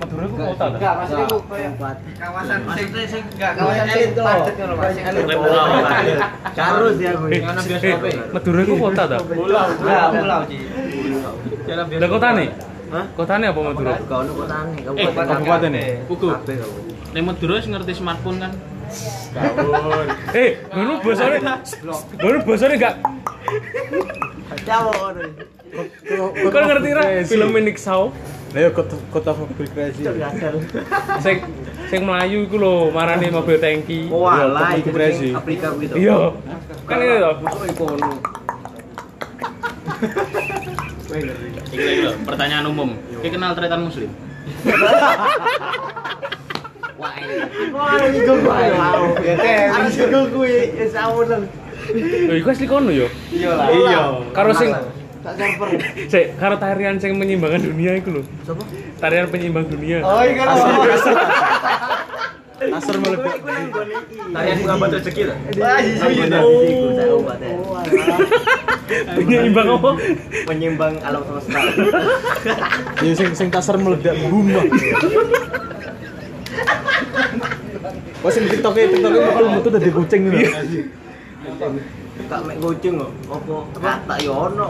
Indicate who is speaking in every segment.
Speaker 1: kota dah.
Speaker 2: Enggak, maksudnya gua kayak
Speaker 3: tempat
Speaker 4: Kawasan sing sing enggak
Speaker 2: kawasan elit tuh.
Speaker 4: padet ngono, Mas.
Speaker 2: Kawasan
Speaker 4: Sing
Speaker 2: elit.
Speaker 4: elit.
Speaker 1: Pulau.
Speaker 3: Karus ya gue.
Speaker 4: Yang ana bias
Speaker 1: Eh,
Speaker 4: kopi.
Speaker 1: Madura itu kota dah.
Speaker 4: Pulau, pulau, pulau, Ji. Jalan bias
Speaker 1: Lah kota nih?
Speaker 3: Hah?
Speaker 1: Kota nih apa Madura?
Speaker 3: Kau nu kota nih, kamu
Speaker 5: Eh, kabupaten ya? Buku.
Speaker 3: Kabeh kamu.
Speaker 5: Nek Madura wis ngerti smartphone kan?
Speaker 1: Eh, baru bosornya, baru bosornya enggak.
Speaker 3: Cawok ngono.
Speaker 1: Kau ngerti ra? Film Minik Sao,
Speaker 5: Lah iya, kota kota pabrik kreasi.
Speaker 3: Cok gadal.
Speaker 1: sing sing Melayu iku lho, marane mobil tangki.
Speaker 3: Oh, alah itu
Speaker 5: Depresi.
Speaker 3: sing Afrika gitu.
Speaker 1: Iya. Kan ini lho.
Speaker 3: Kok iku ngono.
Speaker 5: Iki lho, pertanyaan umum. Ki kenal tretan muslim?
Speaker 3: Wah, iku gue. Wow. Harus iku gue. Ya sawunan.
Speaker 1: Lho iku asli kono yo.
Speaker 4: Iya lah.
Speaker 5: Iya.
Speaker 1: Karo sing
Speaker 3: Tak server.
Speaker 1: sik karo tarian sing menyimbangan dunia iku lho.
Speaker 3: Sopo?
Speaker 1: Tarian penyimbang dunia.
Speaker 4: Oh, iya kan.
Speaker 5: Asar melebu.
Speaker 3: Gue nang gone iki.
Speaker 4: Tarian pengabat rezeki lah.
Speaker 3: Wah,
Speaker 4: iya.
Speaker 3: iku kabupaten.
Speaker 1: Penyeimbang apa?
Speaker 3: Penyimbang alam semesta.
Speaker 5: Ya sing sing kasar meledak bumbah. Wah sing e, TikTok-e TikTok-e bakal metu dadi kucing ngono.
Speaker 3: Kak mek goceng kok. Opo? Ah, tak yo ono.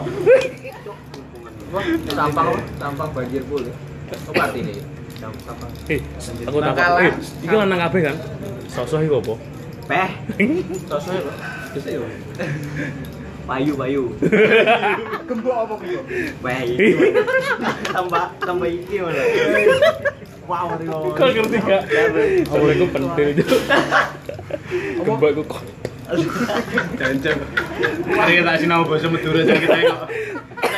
Speaker 4: Wah, sampang, sampang banjir pul. Apa artinya? Sampang.
Speaker 1: Eh, aku takut. Eh, iki lanang kabeh kan? Sosok iku apa?
Speaker 3: Peh,
Speaker 4: Sosoknya lho. Bisa yo.
Speaker 3: payu payu.
Speaker 4: Gembok apa kuwi?
Speaker 3: Peh iki. Tambah tambah iki malah. Wow, Rio.
Speaker 1: Kau ngerti gak? Soalnya gue pentil juga Gembok gue kok
Speaker 5: Jancem. Mari kita sinau basa Madura sing kita kok.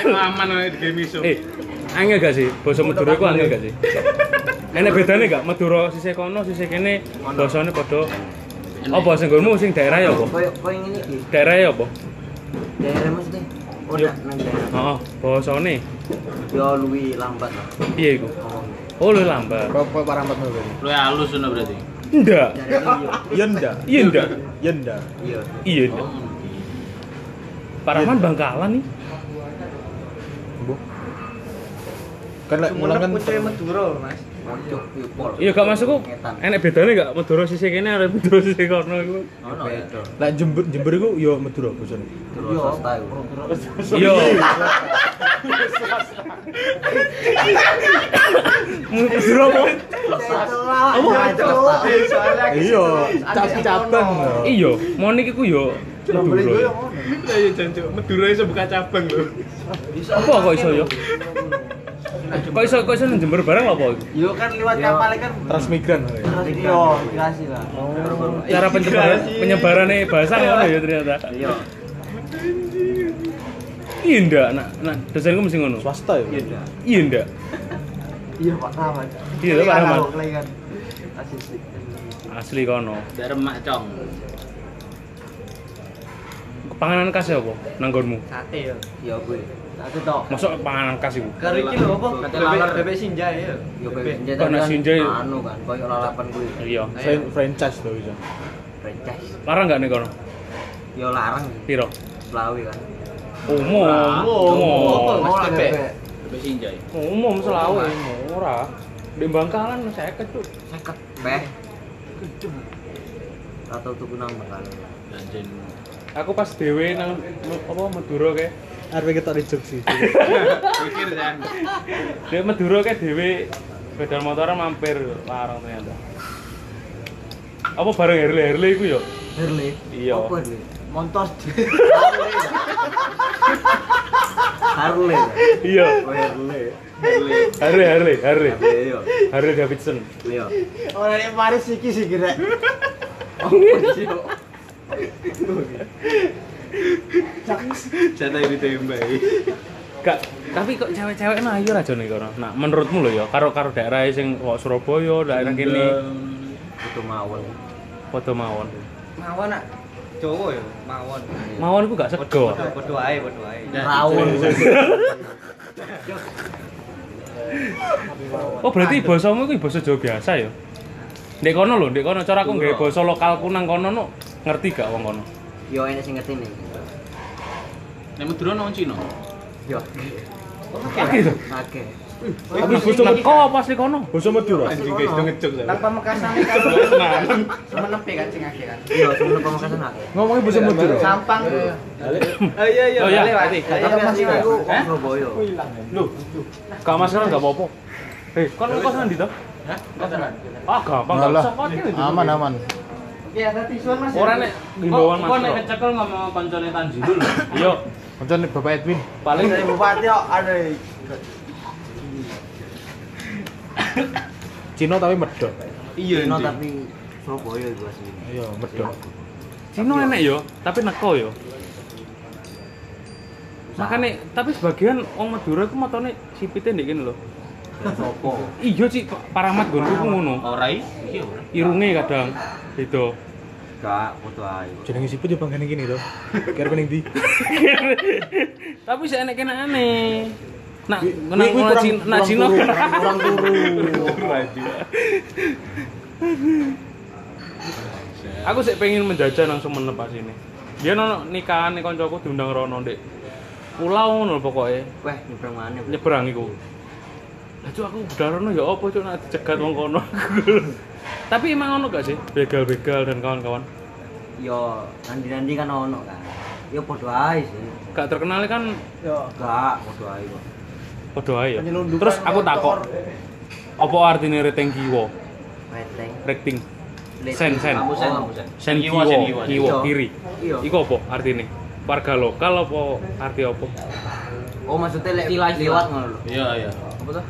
Speaker 5: Kita aman wae di game iso.
Speaker 1: Eh, angel gak sih? Bahasa Madura itu angel gak sih? Enak bedanya gak? Madura sisi kono, sisi kene Bahasanya podo Apa sing nggonmu sing daerah ya apa?
Speaker 3: Koyo koyo ngene iki.
Speaker 1: Daerah ya apa?
Speaker 3: Daerah mesti. Oh,
Speaker 1: Yo.
Speaker 3: nak nang daerah. Ya,
Speaker 1: Oh, bahasane
Speaker 3: Yo luwi lambat lah.
Speaker 1: Iya iku Oh lu lambat
Speaker 6: Kok parampat ngono.
Speaker 5: Lu ya halus ngono berarti.
Speaker 1: Ndak
Speaker 3: Daerah yo.
Speaker 6: Ya ndak.
Speaker 1: Iya ndak
Speaker 6: Ya ndak.
Speaker 3: Iya.
Speaker 1: Iya ndak Paraman Bangkalan nih
Speaker 6: Mbuh. Kan lek mulang kan
Speaker 4: Pucuk Madura, Mas.
Speaker 3: Pojok yo pol.
Speaker 1: Iya gak masuk kok
Speaker 3: Ngetan.
Speaker 1: Enak bedanya gak? Madura sisi kene, ada Madura sisi kono iku
Speaker 3: Ono ya.
Speaker 6: lek Jember Jember iku ya Madura bojone.
Speaker 3: Yo,
Speaker 1: Iya. Madura apa?
Speaker 3: Apa?
Speaker 4: Soalnya
Speaker 6: Iya, cap-capan.
Speaker 1: Iya, Monik iku yo Madura.
Speaker 5: Ya jancuk, Madura iso buka cabang lho.
Speaker 1: Apa kok iso yo? Kok iso kok iso nang Jember bareng apa iku?
Speaker 3: Iya,
Speaker 4: Yo kan liwat kapal kan.
Speaker 6: Transmigran.
Speaker 3: Yo, dikasih lah.
Speaker 1: Cara penyebaran penyebarane bahasa ngono ya ternyata.
Speaker 3: Iya.
Speaker 1: Iya ndak, nak nak dosenku mesti ngono.
Speaker 6: Swasta ya.
Speaker 1: Iya ndak.
Speaker 3: Iya, Pak Rahmat.
Speaker 1: Iya, Pak
Speaker 3: Kelingan
Speaker 1: Rahmat.
Speaker 3: aku, kelingan. Asisten.
Speaker 1: Asli kono.
Speaker 5: Ndak remak cong.
Speaker 1: Panganan khas ya apa nang nggonmu?
Speaker 4: Sate yo.
Speaker 3: Iya, gue. Satu tok.
Speaker 1: Masuk panganan khas iku.
Speaker 4: Karo iki lho apa?
Speaker 3: Sate
Speaker 4: Bebek
Speaker 3: lalat.
Speaker 4: bebek sinjai yo.
Speaker 6: Iya,
Speaker 3: Yo, gue.
Speaker 4: Bebek.
Speaker 3: Senjata
Speaker 1: Karena
Speaker 3: kan
Speaker 1: Sinjai.
Speaker 3: Anu kan, koyo lalapan gue.
Speaker 1: Iya.
Speaker 6: Fran- Franchise lho bisa.
Speaker 3: Franchise.
Speaker 1: Larang gak nih kono?
Speaker 3: Yo larang
Speaker 1: Piro?
Speaker 3: Selawi kan.
Speaker 1: Umum.
Speaker 4: Apa,
Speaker 1: Umum.
Speaker 4: Mas,
Speaker 3: Oh,
Speaker 4: bebek?
Speaker 3: bebek.
Speaker 5: Tapi sinjai.
Speaker 1: Umum selawe murah. Di Bangkalan saya kecut.
Speaker 3: Seket, Peh. Atau tuku nang Bengkale.
Speaker 5: Jancen.
Speaker 1: Aku pas dewe nang nu- apa Madura kayak
Speaker 6: Arep ketok di Jogja.
Speaker 5: Pikir kan.
Speaker 1: Di Madura kayak dewe pedal motoran mampir larang ternyata. Apa bareng Herle Herle iku ya?
Speaker 3: Herle.
Speaker 1: Iya.
Speaker 3: Apa Herle? Montos. Harley.
Speaker 1: Iya.
Speaker 3: Harley.
Speaker 1: Harley Harley Harley.
Speaker 3: Harley. Iya.
Speaker 1: Harley Davidson.
Speaker 3: Iya.
Speaker 2: Orang yang Paris iki sih kira.
Speaker 3: Oh, iya.
Speaker 5: Jatah ini tembak.
Speaker 1: Gak, tapi kok cewek-cewek nah ayo aja nih kono. Nah, menurutmu lho ya, karo karo daerah sing kok Surabaya, daerah kene
Speaker 3: Itu mawon.
Speaker 1: padha mawon.
Speaker 4: Mawon nak. Jawa
Speaker 2: ya?
Speaker 4: yo, mawon.
Speaker 3: Iya.
Speaker 1: Mawon iku gak sego.
Speaker 4: Padha padha ae, padha ae.
Speaker 3: Rawon.
Speaker 1: Oh, berarti basamu iku basa Jawa biasa ya? Ndek kono lho, ndek kono cara aku nggawe basa lokalku nang kono no, ngerti gak wong kono?
Speaker 3: Yo enak sing ngerti nih.
Speaker 5: Nek Madura nang Cina.
Speaker 3: Yo.
Speaker 1: Oke to.
Speaker 7: Oke.
Speaker 1: Nah, bos teko pasti kono.
Speaker 6: Basa Madura.
Speaker 8: Anjing guys, itu ngecuk
Speaker 9: Nang
Speaker 8: saya.
Speaker 9: pamekasan kan
Speaker 7: Semenep ya kan sing akeh kan.
Speaker 3: Iya, sebelum pemakasan aku.
Speaker 6: Ngomongnya basa Madura.
Speaker 7: Sampang.
Speaker 9: Oh iya iya,
Speaker 1: Oh, iya.
Speaker 9: boleh Pak. Ayo,
Speaker 7: Tapi masih
Speaker 9: Mas.
Speaker 7: aku
Speaker 1: Eh?
Speaker 7: wong Surabaya.
Speaker 1: Oh, Gak masalah gak apa-apa. Eh, kon lu kosan di to?
Speaker 9: Hah? Kosan.
Speaker 1: Ah, gampang gak usah kosan itu.
Speaker 6: Aman aman.
Speaker 7: Ya, tapi suan Mas.
Speaker 1: Ora nek himbauan Mas. Bro.
Speaker 5: kecekel ngomong koncone Tanji dulu.
Speaker 1: Iya,
Speaker 6: Kancan Bapak Edwin.
Speaker 1: paling
Speaker 3: Dari bupati kok ada
Speaker 6: Cino tapi medok.
Speaker 8: Iya,
Speaker 3: Cino
Speaker 8: anjing.
Speaker 3: tapi Surabaya itu asli.
Speaker 6: Iya, medok.
Speaker 1: Cino enek yo, tapi neko yo. Makane tapi sebagian wong Madura iku motone sipite ndek kene lho.
Speaker 3: Sopo?
Speaker 1: Iya, Cik, pa- paramat gonku ku ngono.
Speaker 5: Ora iki ora.
Speaker 1: Irunge kadang beda.
Speaker 3: Gak, foto ae.
Speaker 6: Jenenge sipit yo panggane gini to. Kira pening di.
Speaker 1: tapi sik enek kene aneh. Nak
Speaker 6: Kuwi-
Speaker 1: nak
Speaker 6: kuwi
Speaker 1: ngono
Speaker 6: kurang-
Speaker 1: Cino, nak
Speaker 6: kurang
Speaker 1: Cino
Speaker 6: turu, kurang- kurang turu.
Speaker 1: Aku sih pengen menjajah langsung menep pas ini. Dia nono nikahan nih koncoku diundang Rono dek. Pulau ngono pokoknya
Speaker 3: Weh, nyebrang mana? Bro?
Speaker 1: nyebrang iku. Lah Cuk, aku budal Rono ya apa cuk nak dicegat wong kono. Tapi emang ono gak sih begal-begal dan kawan-kawan?
Speaker 3: Yo, nandi-nandi kan ono kan. Yo podo ae sih.
Speaker 1: Gak terkenal kan
Speaker 3: Gak, podo ae kok.
Speaker 1: padha ae ya. Terus aku takok. Apa artine reteng kiwa?
Speaker 3: Weteng.
Speaker 1: Recting. Sen
Speaker 3: Leteng.
Speaker 1: sen.
Speaker 3: Kamu sen, kamu sen.
Speaker 1: Sen
Speaker 5: Kiwa, sen
Speaker 1: kiwa,
Speaker 5: kiwa.
Speaker 1: kiwa
Speaker 3: Iya.
Speaker 1: kiri.
Speaker 3: Iya.
Speaker 1: Iku apa artine? Warga lokal apa arti apa?
Speaker 3: Oh, maksudnya lek
Speaker 7: Istilah, istilah.
Speaker 3: lewat ngono lho.
Speaker 5: Iya iya.
Speaker 3: Apa tuh?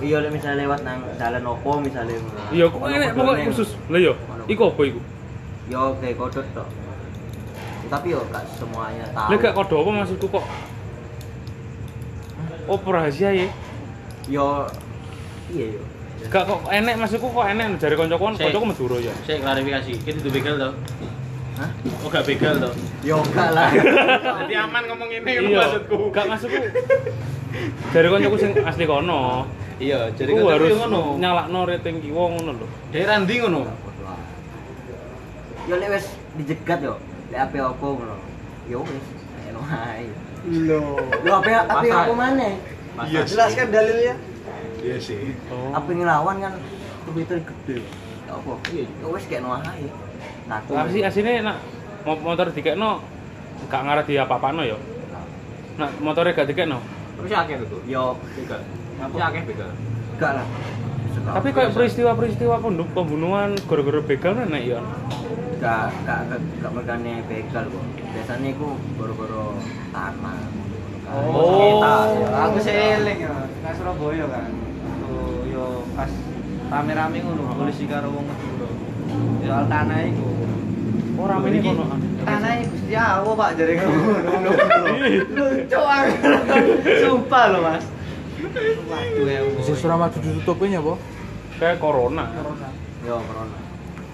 Speaker 3: Iya, lek misalnya lewat nang dalan opo misalnya.
Speaker 1: Iya, kok enek pokoknya khusus. Lah iya, iku apa iku?
Speaker 3: Yo, kayak kodot tok. Tapi yo gak semuanya tahu.
Speaker 1: Lah gak kode apa maksudku kok? Oh, rahasia ya.
Speaker 3: Yo, iya yo.
Speaker 1: Gak kok enek maksudku kok enek jare kanca-kanca
Speaker 5: Sik.
Speaker 1: kancaku Madura ya.
Speaker 5: Saya klarifikasi, kita tuh begal toh.
Speaker 3: Hah?
Speaker 5: Oh gak begal toh.
Speaker 3: Yo, gak lah.
Speaker 8: Jadi aman ngomong ini
Speaker 1: Iya. Gak maksudku. Jare kancaku sing asli kono.
Speaker 9: Iya, jadi
Speaker 1: Jadi
Speaker 9: kan
Speaker 1: harus
Speaker 9: ngono.
Speaker 1: nyalakno rating kiwa ngono lho.
Speaker 8: Daerah ndi ngono?
Speaker 3: yo lek wis dijegat yo. Lek ape opo ngono. Yo wis enak ae.
Speaker 7: Lho.
Speaker 3: Yo ape ape
Speaker 7: Pasar.
Speaker 3: opo maneh?
Speaker 8: Iya sih.
Speaker 7: Jelaskan dalilnya.
Speaker 8: Iya sih.
Speaker 1: Oh.
Speaker 3: Ape ngelawan kan Twitter gede. Ya opo? Yo wis kayak enak ae. Nah, aku-
Speaker 1: Tapi sih asine nak mo- motor dikekno gak ngarah di apa-apano ya. Nak motore gak dikekno.
Speaker 5: Terus akeh tuh.
Speaker 3: yo
Speaker 5: Begal. Ngapa akeh begal?
Speaker 3: gak lah. Suka.
Speaker 1: Tapi kayak peristiwa-peristiwa pembunuh- pembunuhan gara-gara begal kan enek ya.
Speaker 3: gak gak gak, gak mergane begal kok. Biasanya iku boro-boro tanah.
Speaker 9: Oh,
Speaker 3: Kita,
Speaker 9: aku sih eling ya, nang Surabaya kan. Tuh yo pas rame-rame ngono polisi karo wong Madura. Yo al tanah iku.
Speaker 1: Ora mene kono.
Speaker 9: Tanah iku Gusti Allah, Pak jare ngono. Lucu aku. Sumpah lho, Mas. Waduh ya.
Speaker 6: Sing Suramadu ditutupi nyapa?
Speaker 1: Kayak corona.
Speaker 3: Yo, corona.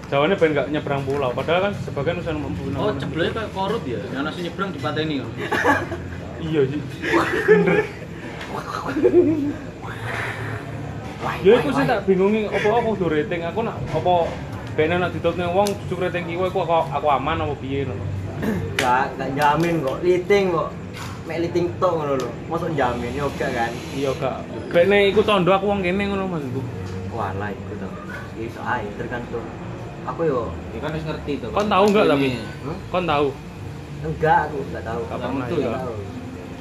Speaker 1: Jawabannya pengen gak nyebrang pulau, padahal kan sebagian usaha membunuh.
Speaker 5: Oh cebloknya kayak korut ya. Yang nasi nyebrang dipateni ya? kok.
Speaker 1: Iya sih. Bener. ya aku sih tak bingungi apa aku kudu rating aku nak apa bene nak ditutne wong jujur rating kiwe aku aku, aku aman apa piye ngono.
Speaker 3: gak gak jamin kok liting kok mek liting tok ngono lho mosok jamin yo gak kan
Speaker 1: Iya gak. Bene iku tondo aku wong kene ngono maksudku.
Speaker 3: wala iku to iso ae tergantung aku yo
Speaker 5: Ya kan harus ngerti tuh.
Speaker 1: Kon tahu nggak tapi?
Speaker 3: hmm?
Speaker 1: Kon tahu.
Speaker 3: enggak aku enggak tahu
Speaker 1: Gak
Speaker 3: Enggak
Speaker 1: pernah
Speaker 3: tahu.
Speaker 1: ya.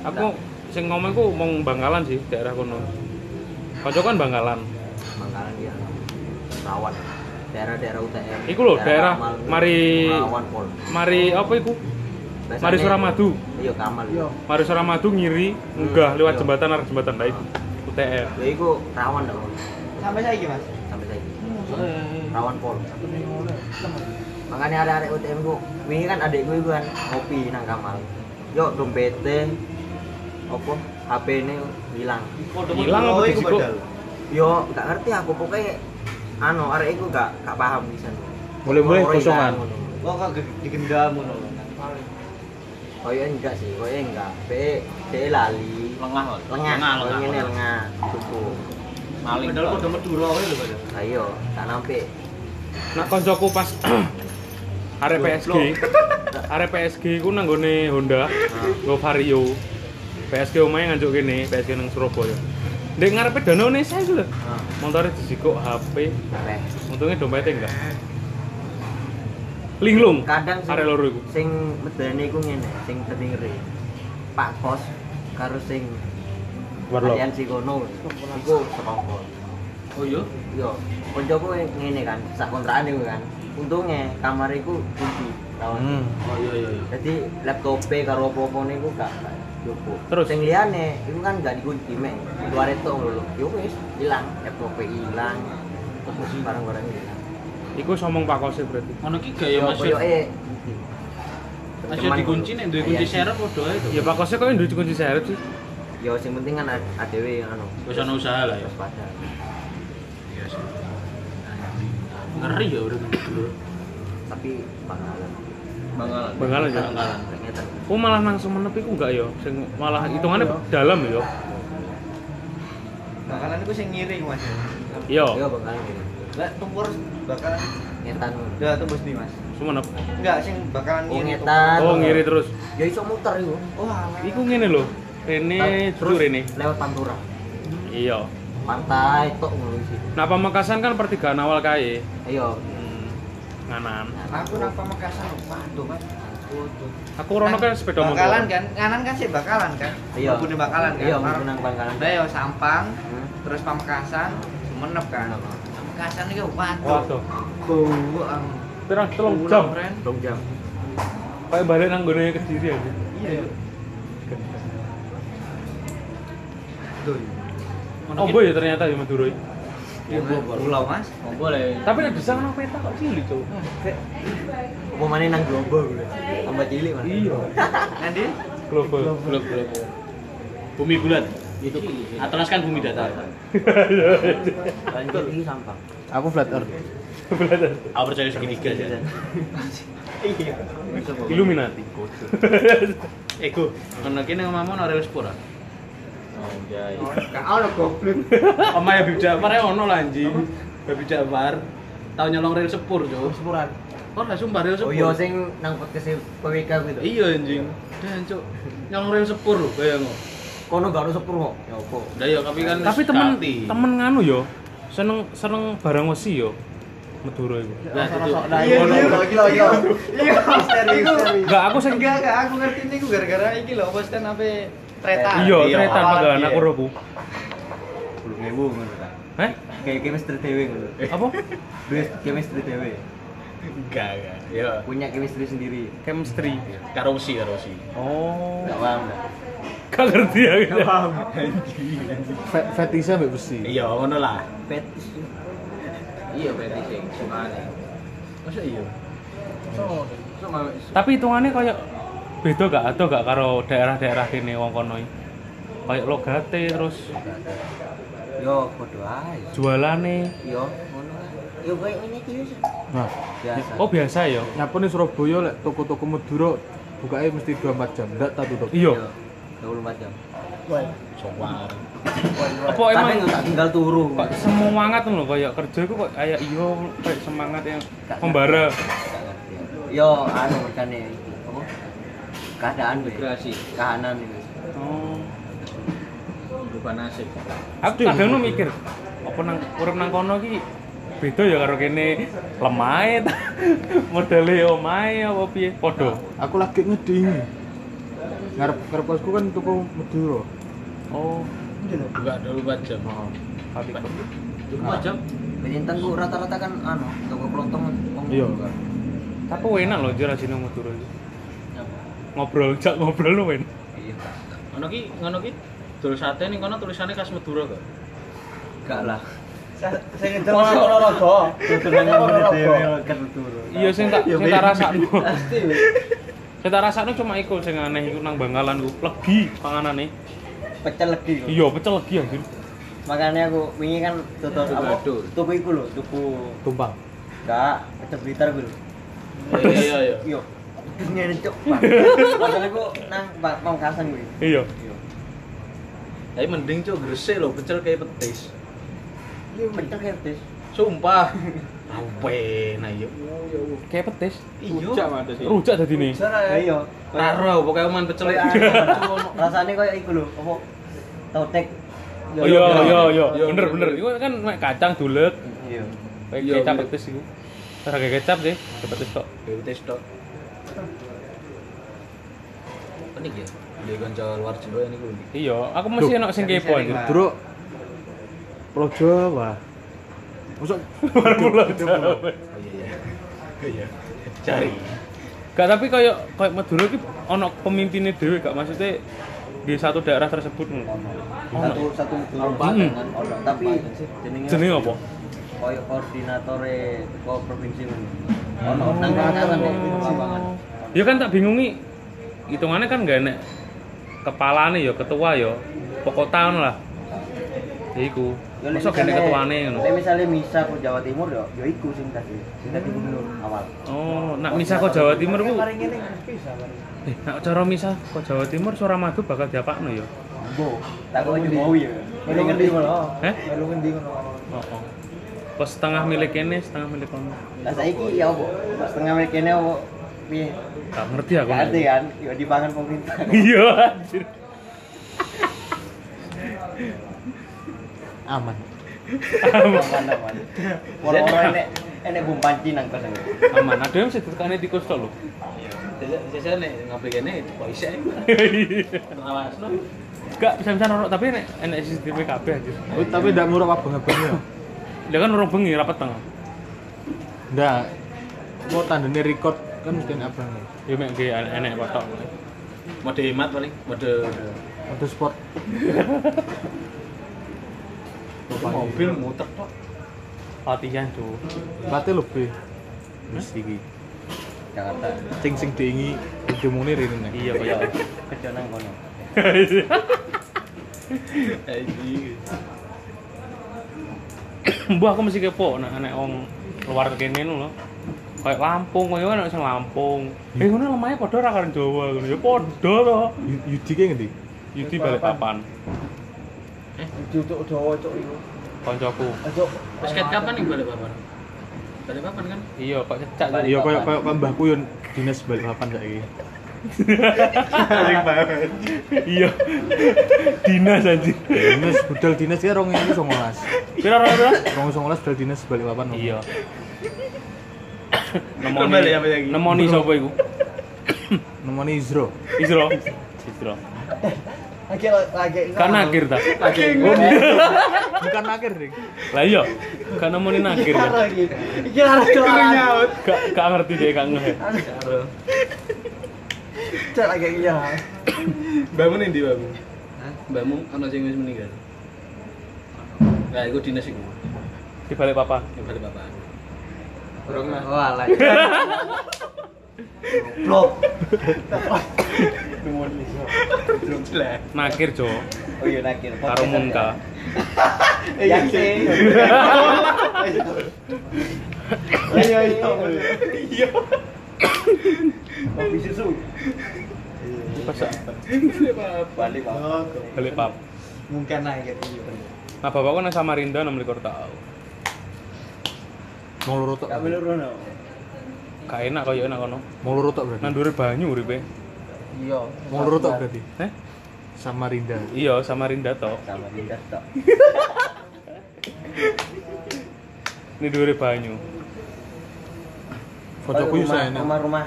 Speaker 1: Aku sing ngomong iku mong Bangkalan sih daerah kono. Kanca kan Bangkalan.
Speaker 3: mangkalan dia rawan daerah-daerah UTM
Speaker 1: Iku lho, daerah
Speaker 3: Kamal, gitu.
Speaker 1: Mari-
Speaker 3: rawan pol
Speaker 1: Mari apa iku?
Speaker 3: Biasanya-
Speaker 1: Mari Suramadu.
Speaker 3: iya kamal yo
Speaker 1: Mari Suramadu ngiri munggah lewat
Speaker 3: iya.
Speaker 1: jembatan arah jembatan lah iku. UTM.
Speaker 3: ya iku rawan dah Bang.
Speaker 9: Sampai saiki, Mas.
Speaker 3: sampai saiki rawan pol makanya ada arek UTM ku wingi kan adik gue kan ngopi nang kamal yo dompete opo HP ini hilang
Speaker 1: Hilang apa
Speaker 9: Oh, iku
Speaker 1: dijiko?
Speaker 9: padahal.
Speaker 3: yo gak ngerti aku pokoknya anu arek iku gak gak paham bisa
Speaker 6: Mulai-mulai kosongan.
Speaker 3: anu,
Speaker 9: Wong kok digendam ngono.
Speaker 3: koyo enggak sih koyo enggak be be lali
Speaker 5: Lengah kok.
Speaker 3: lengah koyo ngene
Speaker 5: lengah.
Speaker 3: lengah tuku
Speaker 5: Maling.
Speaker 9: Padahal padha Madura wae lho, padahal.
Speaker 3: ayo tak nampi
Speaker 1: Nak koncoku pas arek PSG. Arek PSG ku nang nggone Honda, nggo Vario. PSG omahe nganjuk kene, PSG nang Surabaya. Ndek ngarepe danau Nesa iku lho. Montore disikok HP,
Speaker 3: Oleh.
Speaker 1: untungnya dompetnya enggak. Linglung.
Speaker 3: kadang sing-
Speaker 1: arek loro iku.
Speaker 3: sing medeni iku ngene sing teningre Pak Kos karo sing
Speaker 6: Warlock.
Speaker 3: aliansi kono iku sekongkol
Speaker 5: Oh iya?
Speaker 3: yo koncoku ngene kan sak kontrakan iku kan untungnya kamar iku kunci lawan
Speaker 6: Hmm.
Speaker 5: Oh iya iya iya.
Speaker 3: jadi laptop e karo apa-apa niku gak gak cukup
Speaker 1: Terus?
Speaker 3: sing liyane iku kan gak dikunci mek luar itu lho yo wis ilang laptop e ilang terus barang-barang ilang
Speaker 1: Iku somong Pak Kose berarti.
Speaker 5: Ono ki
Speaker 3: Iya,
Speaker 5: gaya Mas Yud.
Speaker 3: koyoke
Speaker 5: Mas Yud dikunci nek duwe
Speaker 3: Iya.
Speaker 5: kunci serep padha ae to.
Speaker 1: Ya Pak Kose kok nduwe kunci serep sih.
Speaker 3: ya sing penting kan adewe anu
Speaker 5: Wis ana usaha lah ya.
Speaker 3: waspada
Speaker 8: Iya sih.
Speaker 5: Ngeri ya udah dulu.
Speaker 3: tapi bakalan
Speaker 5: Bangkalan.
Speaker 1: Bangkalan ya?
Speaker 5: Bangkalan.
Speaker 3: ternyata
Speaker 1: Oh malah nang Sumenep iku enggak ya, sing malah hitungannya dalam ya.
Speaker 9: bakalan itu Nah, sing ngiring mas
Speaker 1: Iya,
Speaker 3: ya bakalan gitu
Speaker 9: Lah, tumpur bakalan
Speaker 3: ngetan
Speaker 9: udah tembus di mas
Speaker 1: Sumenep.
Speaker 9: enggak sing bakalan
Speaker 3: oh
Speaker 9: ngiring
Speaker 3: ngetan
Speaker 1: Oh ngiri terus.
Speaker 3: ya iso muter iku
Speaker 9: oh alah.
Speaker 1: Iku ngene lho. Rene, jujur Rene.
Speaker 3: lewat pantura
Speaker 1: Iya.
Speaker 3: pantai tok ngono sih
Speaker 1: Nah Pamekasan kan pertigaan awal kae.
Speaker 3: ayo
Speaker 1: Hmm, Nganan.
Speaker 9: aku nang Pamekasan waduh mas Waduh.
Speaker 1: Aku rono kan sepeda motor.
Speaker 9: bakalan kan nganan kan sih bakalan kan
Speaker 3: Iya.
Speaker 9: Mlebu bakalan kan
Speaker 3: Iya, mlebu nang Bangkalan.
Speaker 9: Udah, yo sampang
Speaker 3: Hmm.
Speaker 9: terus Pamekasan Sumenep kan Oh, Pamekasan iki waduh
Speaker 1: Waduh.
Speaker 9: gowo ang
Speaker 1: Pirang telung
Speaker 9: Pulang,
Speaker 1: jam.
Speaker 9: Ren.
Speaker 3: dong jam
Speaker 1: Kayak balik nang gone Kediri aja.
Speaker 9: iya yo Duh,
Speaker 1: Oh, boy ya ternyata ya Madura. ya.
Speaker 9: iya, Mas. pulau mas
Speaker 5: Oh boleh.
Speaker 1: Tapi nek desa nang peta kok cilik, Cuk.
Speaker 3: apa mana nang Grogol gue tambah cilik mana
Speaker 1: Iya.
Speaker 9: nanti
Speaker 1: Global.
Speaker 5: Belum belum.
Speaker 8: Bumi bulat.
Speaker 5: Itu
Speaker 8: Atlas kan bumi datar.
Speaker 3: lanjut iki sampang
Speaker 6: Aku flat earth.
Speaker 8: Aku percaya segitiga aja.
Speaker 1: Illuminati.
Speaker 8: Ego.
Speaker 5: Ono ah? ki nang mamon ora wis pura. Oh iya.
Speaker 9: gak ono goblin
Speaker 5: Omah ya Jafar ya ono lah anjing. Babi Jafar tau nyolong rel sepur, Cuk.
Speaker 6: Sepuran.
Speaker 5: Kok gak sumpah rel
Speaker 3: oh
Speaker 5: sepur?
Speaker 3: iya sing nang podcast e PWK gitu
Speaker 5: Iya anjing. Dan Cuk, nyolong rel sepur lho, bayang kok.
Speaker 3: kono gak ono sepur kok ya apa
Speaker 5: Lah ya tapi kan
Speaker 1: Tapi temen
Speaker 5: ganti.
Speaker 1: temen nganu yo. Seneng seneng barang wesi yo. Madura iku.
Speaker 5: Lah itu.
Speaker 9: iya iya
Speaker 3: gila gila
Speaker 9: iya misteri misteri
Speaker 1: Enggak, aku sing
Speaker 9: enggak enggak aku ngerti ini aku gara-gara iki lho apa stand apa kereta
Speaker 1: iya
Speaker 8: Iya,
Speaker 1: ternyata
Speaker 9: awal
Speaker 1: enggak
Speaker 9: dia.
Speaker 1: anak robu.
Speaker 3: belum ngewu ngono ta
Speaker 1: Heh?
Speaker 3: kayak chemistry dewe ngono
Speaker 1: Apa?
Speaker 3: duit Eh, chemistry dewe
Speaker 8: Enggak, enggak.
Speaker 5: Iya.
Speaker 8: Ya.
Speaker 3: punya chemistry sendiri
Speaker 1: Chemistry.
Speaker 8: Karosi, karosi.
Speaker 1: Oh.
Speaker 3: gak paham gak?
Speaker 1: Gak ngerti aku.
Speaker 6: Fe- Fetishnya mbak besi.
Speaker 8: Iya, ngono lah.
Speaker 3: Petis.
Speaker 5: Iya berarti sing sukane.
Speaker 8: Masa iya?
Speaker 1: Tapi hitungannya kayak beda gak atau gak karo daerah-daerah kene wong kono iki. Kayak logate terus
Speaker 3: Yo, bodo ae.
Speaker 1: jualane.
Speaker 3: Yo, ngono ae. Yo kayak ngene iki wis.
Speaker 6: Nah,
Speaker 3: Biasa.
Speaker 1: Oh biasa ya.
Speaker 6: nyapa nih Surabaya lek toko-toko Madura bukanya mesti 24 jam. Ndak satu toko.
Speaker 1: Iya.
Speaker 3: 24 jam.
Speaker 8: Sopan.
Speaker 1: Apa
Speaker 3: Kadang
Speaker 1: emang
Speaker 3: yo tak tinggal turu.
Speaker 1: kok semangat lho kayak kerja iku kok kayak iya kayak semangat yang pembara.
Speaker 3: Yo, anu mergane iki. Apa? Keadaan gue.
Speaker 5: Migrasi,
Speaker 3: Kahanan iki.
Speaker 1: Oh.
Speaker 5: berubah nasib.
Speaker 1: Aku kadang nu mikir, apa nang urip nang kono iki beda ya karo kene lemahe ta. Modele omahe apa piye? Padha.
Speaker 6: Nah, Aku lagi ngeding. Ngarep ngarep kosku kan toko Madura.
Speaker 1: Oh.
Speaker 8: Enggak 24 jam.
Speaker 1: Tapi
Speaker 5: Cuma jam
Speaker 3: Bintang ku rata-rata kan anu, toko kelontong wong
Speaker 6: Iya.
Speaker 3: juga.
Speaker 1: tapi enak lho jare ajine Madura iki. Ngobrol, jak ngobrol lu enak.
Speaker 3: Iya.
Speaker 5: ngono ki ngono ki dul sate ning kono tulisannya khas Madura kok.
Speaker 3: Gak lah.
Speaker 9: saya ngejel mas ono rodo
Speaker 3: Tuturan yang bener dewe kan turu.
Speaker 1: Iya sing tak sing tak rasakno. Sing tak rasakno cuma iku sing aneh iku nang Bangkalan ku. Legi panganane.
Speaker 3: Pecel legi. kok.
Speaker 1: Iya, pecel legi anjir.
Speaker 3: Makanya aku wingi kan tutur apa?
Speaker 5: Gaduh.
Speaker 3: Tuku iku lho, tuku
Speaker 6: Tumpang.
Speaker 3: gak pecel blitar gue lho.
Speaker 5: Iya iya iya.
Speaker 3: Yo. Terus ngene cok. Padahal aku nang pa- pamekasan gue.
Speaker 1: Iya.
Speaker 5: Tapi mending cuk gresik lho pecel kayak petis.
Speaker 3: Pecel kertas.
Speaker 5: Sumpah. Aku penak yo.
Speaker 1: kayak petis
Speaker 5: Iya.
Speaker 8: Rujak mah ada sih.
Speaker 1: rujak jadi nih
Speaker 9: Lah iya.
Speaker 5: Taro pokoknya man pecel.
Speaker 3: rasanya kayak iku lho apa totek
Speaker 1: oh iya iya iya
Speaker 5: Iya,
Speaker 1: bener
Speaker 5: iya,
Speaker 1: bener
Speaker 5: iya.
Speaker 1: itu kan mek kacang dulet
Speaker 3: iya
Speaker 1: kayak
Speaker 5: Iya,
Speaker 1: kecap
Speaker 5: bener.
Speaker 1: petis itu Terus kayak kecap sih kayak petis tok
Speaker 5: Dewe tes tok. Ini ya. Dia kanca luar Jawa ini kuwi.
Speaker 1: iya aku masih
Speaker 6: Duh.
Speaker 1: enak sing kepo anjir
Speaker 9: Nah.
Speaker 6: Duduk Pulau Jawa. Masuk
Speaker 1: Pulau Jawa.
Speaker 5: Oh iya iya. Iya. Cari.
Speaker 1: Gak tapi kayak kayak Madura iki ana pemimpinnya dhewe gak maksudnya di satu daerah tersebut
Speaker 3: satu satu kabupaten kan ono tapi jenenge
Speaker 1: jenenge apa?
Speaker 3: koyo koordinatore teko provinsi ngono ono nang e, lapangan lapangan
Speaker 1: Ya kan tak bingungi hitungannya kan gak enek kepalane ya ketua ya pokok tahun lah ya iku masa gak enek ketuane ngono
Speaker 3: Nek misale misa ke Jawa Timur yo yo iku sing tadi sing tadi gubernur awal
Speaker 1: oh nak misah kok Jawa Timur ku
Speaker 9: Paling ngene bisa paling.
Speaker 1: eh, nak cara misah kok Jawa Timur Suramadu bakal diapakno ya
Speaker 3: Bo, tak kok mau ya. Ngene ngendi ngono.
Speaker 1: heh
Speaker 9: Melu ngendi ngono.
Speaker 1: Eh? oh, oh. Pas setengah milik ini, setengah milik kamu.
Speaker 3: Lah saiki ya opo? Setengah menit kene opo? Piye?
Speaker 1: Gak ngerti aku.
Speaker 3: Gak ada kan, yo dibangun pemerintah.
Speaker 1: Iya, anjir.
Speaker 6: aman.
Speaker 3: Aman aman. Orang-orang enek enek bom panci nang kosan.
Speaker 1: Aman, ada yang sedikit kan tikus tok lho.
Speaker 5: Sesane ngopi kene kok isek.
Speaker 1: Iya.
Speaker 5: Ngawas no.
Speaker 1: Gak bisa-bisa norok tapi enek enek CCTV kabeh anjir.
Speaker 6: Oh, tapi ndak murah abang-abang ya.
Speaker 1: Dia kan orang bengi rapat tengah.
Speaker 6: Ndak. Mau tandanya record kan mesti ada abangnya.
Speaker 1: Ya mek ge enek enek kotok.
Speaker 5: Mode hemat paling, mode
Speaker 6: Ada spot.
Speaker 5: mobil muter tok.
Speaker 1: Latihan tuh.
Speaker 6: Platnya lebih. Wis iki.
Speaker 3: Jakarta.
Speaker 6: Sing sing diingi diomongin rene nek.
Speaker 1: Iya kaya.
Speaker 3: Kerja nang kono.
Speaker 5: Aji.
Speaker 1: Mbah aku mesti kepo nek enek wong luar kene nu lho. Kayak Lampung, kaya kan enek sing Lampung. Eh ngono lemahnya padha ra karo Jawa ngono. Ya padha to.
Speaker 6: Yu- Yudi ki ngendi?
Speaker 1: Yudi balik papan.
Speaker 9: Duduk Eh, Jawa cok iku. Eh.
Speaker 1: Koncoku.
Speaker 9: Ojo.
Speaker 5: Wis ket kapan nih balik papan? Balik papan kan?
Speaker 1: Iya, kok cecak tadi.
Speaker 6: Iya koyo koyo koyo mbahku yo dinas Balikpapan saiki.
Speaker 8: Asik banget.
Speaker 1: Iya. Dinas anjir.
Speaker 6: Dinas budal dinas ya 2019.
Speaker 1: Pira ora ora?
Speaker 6: 2019 budal dinas Balikpapan.
Speaker 1: Iya.
Speaker 5: Kembali apa lagi?
Speaker 1: Nemoni nemoni sapa iku?
Speaker 6: Nomornya Izro.
Speaker 1: Isro. Isro.
Speaker 9: Lagi lagi.
Speaker 1: Kan nakir ta.
Speaker 6: Bukan akhir nih.
Speaker 1: Lah iya, gak nemoni nakir ya.
Speaker 9: lagi. Iki harus doa.
Speaker 1: Gak gak ngerti deh gak ngeh.
Speaker 9: Cek lagi iya.
Speaker 8: Bangun ini bangun.
Speaker 5: Mbakmu ana sing wis meninggal. Lah iku dinas iku.
Speaker 1: Di balik papan.
Speaker 5: Ya balik papan.
Speaker 3: Urung lah. Wah, lah. Blok.
Speaker 5: Lah.
Speaker 1: Nakir, Jo.
Speaker 3: Oh iya nakir.
Speaker 1: Karo Munka.
Speaker 3: Ya sih.
Speaker 9: Iya iya.
Speaker 3: Kopi susu.
Speaker 1: Pesak
Speaker 3: Balik, Pak.
Speaker 1: balik pap.
Speaker 9: Mungkin naik gitu.
Speaker 1: Nah, bapakku nang Samarinda 6 likur tau.
Speaker 6: Mau loro tok.
Speaker 3: Gak melu rono.
Speaker 1: Gak enak kaya enak kono.
Speaker 6: Mau loro tok berarti.
Speaker 1: Nang dhuwur banyu uripe.
Speaker 9: Iya.
Speaker 6: Mau loro tok berarti.
Speaker 1: Heh?
Speaker 6: Samarinda.
Speaker 1: Iya, Samarinda tok.
Speaker 3: Sama pindah tok.
Speaker 1: Ini dhuwur banyu.
Speaker 6: Fotoku yo
Speaker 3: Rumah-
Speaker 6: enak.
Speaker 3: Rumah-rumah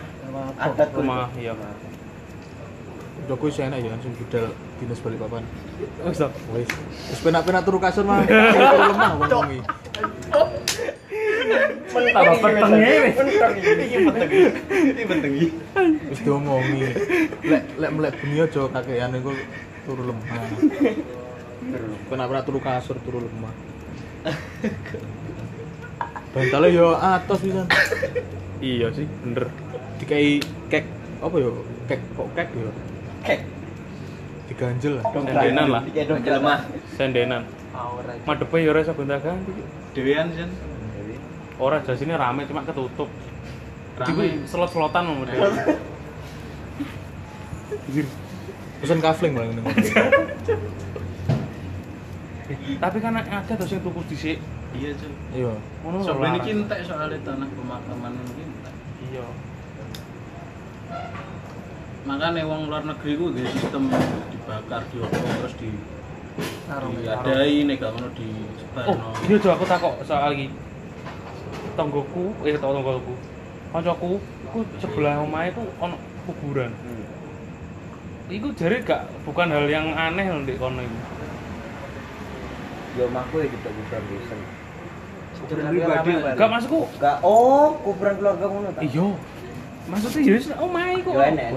Speaker 3: adat kuwi.
Speaker 1: Rumah iya.
Speaker 6: Fotoku yo enak ya langsung budal dinas Balikpapan.
Speaker 1: Wis to.
Speaker 6: Wis. Wis penak-penak turu kasur mah. Turu lemah wong wingi.
Speaker 1: Tambah petenge wis.
Speaker 6: Wis diomongi. Lek lek melek bengi aja kakean iku turu lemah. Penak-penak turu kasur turu lemah. Bantalnya yo atas pisan.
Speaker 1: Iya sih, bener.
Speaker 6: Dikai kek apa yo? Kek kok kek yo?
Speaker 3: Kek.
Speaker 6: Diganjel lah.
Speaker 1: Sendenan lah,
Speaker 3: Iki dong
Speaker 5: Lemah.
Speaker 1: sendenan.
Speaker 9: Aura.
Speaker 1: Madepe ya ora iso gonta-ganti.
Speaker 8: Dewean Sen.
Speaker 1: Ora jas ini rame cuma ketutup.
Speaker 8: Rame.
Speaker 1: Rame selot-selotan mau model.
Speaker 6: Pesan kafling malah ngene.
Speaker 1: Tapi kan ada tuh sing tuku dhisik.
Speaker 5: Iya, Cuk.
Speaker 6: Iya.
Speaker 1: Ngono lho, Oh,
Speaker 5: Soalnya
Speaker 1: larang.
Speaker 5: ini kintek soalnya tanah pemakaman kintek.
Speaker 1: Iya.
Speaker 5: Makanya wong luar negeri ku nggih sistem dibakar, diobong terus di diadai nek gak ngono disebarno.
Speaker 1: Oh, iya Jo, aku takok soal iki. Tonggoku, eh tau tonggoku. Kancaku, ku sebelah omahe ku ono kuburan. Iku jare gak bukan hal yang aneh lho ndek kono iku.
Speaker 3: Yo omahku ya kita kuburan Kristen.
Speaker 9: pribadi.
Speaker 1: Gak masukku.
Speaker 3: Gak oh, kuburan keluarga ngono ta.
Speaker 1: Iya. Maksudnya ya wis omahe iku.
Speaker 3: Yo enek.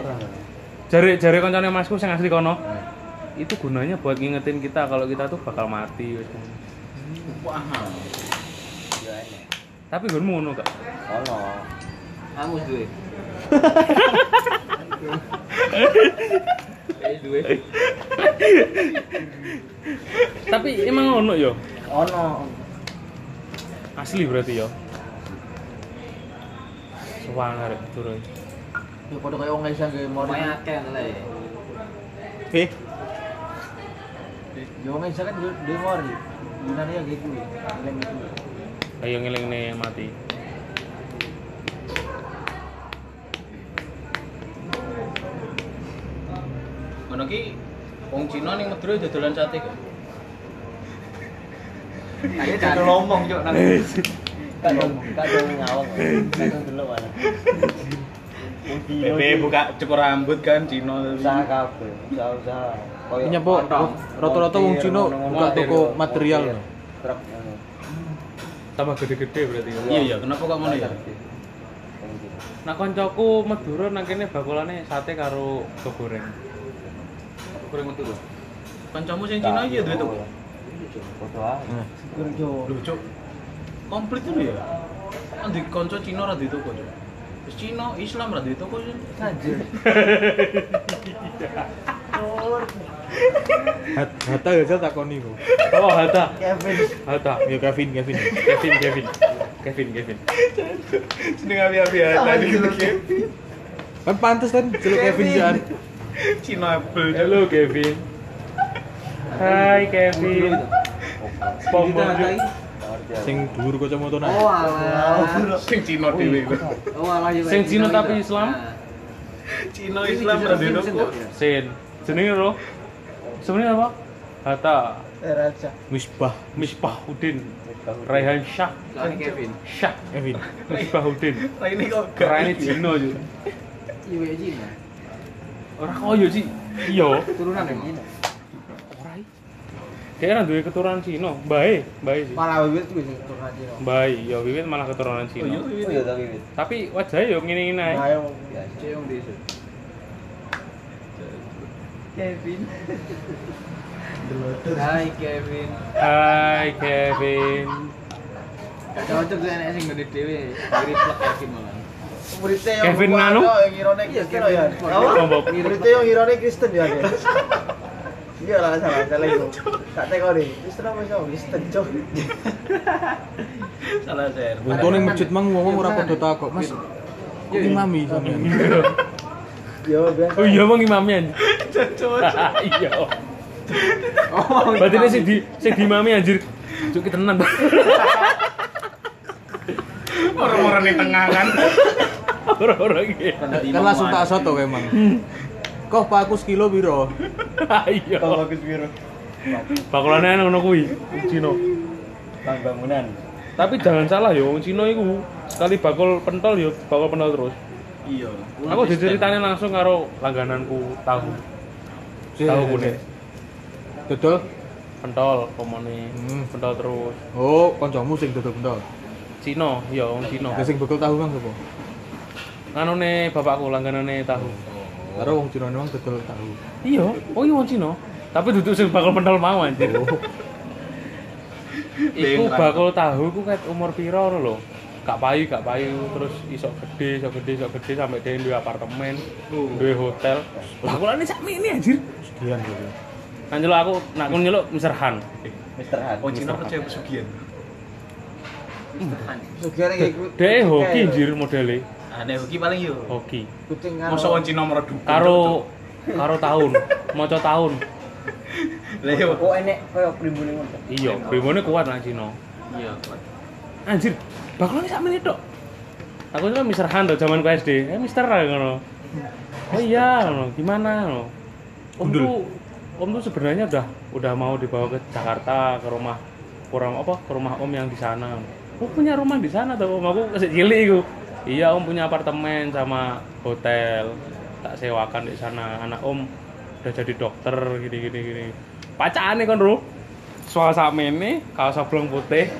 Speaker 1: Jare jare koncone Masku sing asli kono. Itu gunanya buat ngingetin kita kalau kita tuh bakal mati wis.
Speaker 5: Wah.
Speaker 3: Yo enek.
Speaker 1: Tapi gunmu ngono gak?
Speaker 3: Ono. Kamu duwe. Eh duwe.
Speaker 1: Tapi emang ngono yo.
Speaker 3: Ono.
Speaker 1: Asli berarti ya? yo. Suwangar turun.
Speaker 6: Ya padha kaya wong isang ge mori.
Speaker 7: Pokoknya akeh le.
Speaker 6: Eh,
Speaker 7: Yo wong isa kan dia dia mori. Gunane ya gitu ya. Eling gitu.
Speaker 1: Ayo ngeling nih ya mati.
Speaker 5: Ngono ki wong Cina ning Madura dodolan sate kok.
Speaker 9: Ayo jangan ngomong, Cuk, nang.
Speaker 3: Gak dong, gak dong ngawang. Gak dong delok ana.
Speaker 8: Bebe buka cukur rambut kan Cino
Speaker 3: Usaha kabeh, usaha-usaha. Koyo
Speaker 6: ini apa? Rata-rata wong
Speaker 3: montir,
Speaker 6: Cina
Speaker 3: ngono-ngono.
Speaker 6: buka toko material.
Speaker 3: Montir, Truk ngono.
Speaker 1: Tambah gede-gede berarti yo.
Speaker 5: Iya ya, kenapa kok ngono ya?
Speaker 1: Nah koncoku Madura nang kene bakulane sate karo sego goreng.
Speaker 3: Kurang metu lho.
Speaker 5: Kancamu sing Cina iya duwe toko.
Speaker 3: Foto ae.
Speaker 5: Lho, Cuk. Komplit itu ya. Kan di kanca Cina ra duwe toko, Cuk. Wis Cina, Islam ra duwe toko sih.
Speaker 6: Hat- Hatta ya saya takoni kok.
Speaker 1: Oh, Hatta. Kevin. Hatta.
Speaker 6: Ya Kevin, Kevin.
Speaker 1: Kevin, Kevin. Kevin, Kevin.
Speaker 8: Jeneng api-api ya tadi
Speaker 6: Kan pantes kan celuk Kevin jan.
Speaker 8: Cino apel Cuk.
Speaker 1: Halo Kevin. Hai Kevin. Pombong.
Speaker 6: Sing dhuwur kacamata nang.
Speaker 7: Oh alah.
Speaker 8: sing Cino dhewe iku.
Speaker 7: Oh alah yo.
Speaker 1: Sing Cina tapi Islam?
Speaker 7: Ah.
Speaker 8: Cino Islam ra duwe toko.
Speaker 1: Sin. Jenenge ro. Sebenarnya apa? Hatta
Speaker 6: Misbah
Speaker 1: Misbahuddin. Raihan Syah.
Speaker 7: Soalnya Kevin.
Speaker 1: Syah.
Speaker 6: Kevin.
Speaker 1: Misbahuddin.
Speaker 8: Lah ini kok gak
Speaker 1: Keren Cino yo.
Speaker 7: Iya Cina.
Speaker 1: Ora koyo sih. Iya.
Speaker 7: Turunan ya Cina.
Speaker 1: Kayaknya duwe keturunan Cino. Bae, bae sih.
Speaker 7: Malah wis wis turunan Cina.
Speaker 1: Bae, ya wiwit malah keturunan
Speaker 5: Iya,
Speaker 1: Cino.
Speaker 5: iya.
Speaker 3: Oh
Speaker 7: ya,
Speaker 3: iya tapi wit.
Speaker 1: Tapi wajahnya yo ngene-ngene ae.
Speaker 7: Ayo.
Speaker 3: Biasa.
Speaker 7: Cek wong desa. Kevin. Hai Kevin.
Speaker 1: Hai Kevin.
Speaker 7: Gak cocok tuh enak sing gede dhewe. Mirip plek Kevin malah.
Speaker 1: Kevin Nanu.
Speaker 7: Irone iya Kevin.
Speaker 1: Pombok.
Speaker 7: Mirip yang irone Kristen ya. Iya lah salah salah itu. Tak teko deh. Kristen apa sih? Kristen cok.
Speaker 5: Salah share.
Speaker 6: Untung ning masjid mang wong ora padha takok, Mas. Kok imami sampean?
Speaker 7: Yo biasa.
Speaker 1: Oh iya bang imamnya. Iya. Berarti ini sing di sing di imami anjir. Cuk kita tenan.
Speaker 8: Orang-orang di tengah kan.
Speaker 1: Ora-ora iki.
Speaker 6: Kan langsung tak soto kayak mang. Kok paku sekilo piro?
Speaker 1: Iya. Bakulane ana ngono kuwi, wong Cino.
Speaker 3: Bangunan.
Speaker 1: Tapi jangan salah yo, wong Cino iku sekali bakul pentol yo, bakul pentol terus.
Speaker 5: Iya.
Speaker 1: Aku diceritain langsung karo langgananku tahu. Tahu kuning.
Speaker 6: Dodol.
Speaker 1: Pentol pomone.
Speaker 6: Hmm.
Speaker 1: Pentol terus.
Speaker 6: Oh, kancamu sing dodol bendol.
Speaker 1: Cino, yo wong Cino.
Speaker 6: Lah sing bekal tahu mang sapa?
Speaker 1: Anone bapakku langganane tahu.
Speaker 6: Karo wong Cina mang dodol tahu.
Speaker 1: Iya, oh iya wong Cina. Tapi duduk sing bakul pentol mau anjir. Iku bakul tahu ku kat umur piro ngono lho. Gak payu, gak payu terus iso gede, iso gede, iso gede sampe dhewe duwe apartemen, duwe hotel. Bakulane sak mini anjir.
Speaker 6: Sekian gitu.
Speaker 1: Anjir aku nak kon nyeluk Mr. Han.
Speaker 3: Mister Han.
Speaker 8: Oh Cino percaya pesugihan.
Speaker 7: Sugihane ikut.
Speaker 1: Dhewe hoki anjir modele,
Speaker 5: Ada hoki paling yo.
Speaker 1: hoki.
Speaker 7: Kucing
Speaker 8: Masa wong Cino meredup.
Speaker 1: Karo karo tahun, maca tahun.
Speaker 8: Lah iya. yo.
Speaker 7: Oh enek koyo primbune ngono.
Speaker 1: Iya, brimonya kuat nang Cina.
Speaker 5: Iya, kuat.
Speaker 1: Anjir, bakulannya sak menit tok. Aku itu kan Mister Han tok zaman ku SD. Eh Mister lah ngono. Oh iya, ngono. Gimana ngono? Om
Speaker 6: Gundul.
Speaker 1: tuh Om tuh sebenarnya udah udah mau dibawa ke Jakarta ke rumah ke rumah apa ke rumah Om yang di sana. Oh punya rumah di sana tuh Om aku kasih cilik iku. Iya Om punya apartemen sama hotel tak sewakan di sana. Anak Om udah jadi dokter gini gini gini. Pacaan nih kon Ru. Suasana ini kaos oblong putih.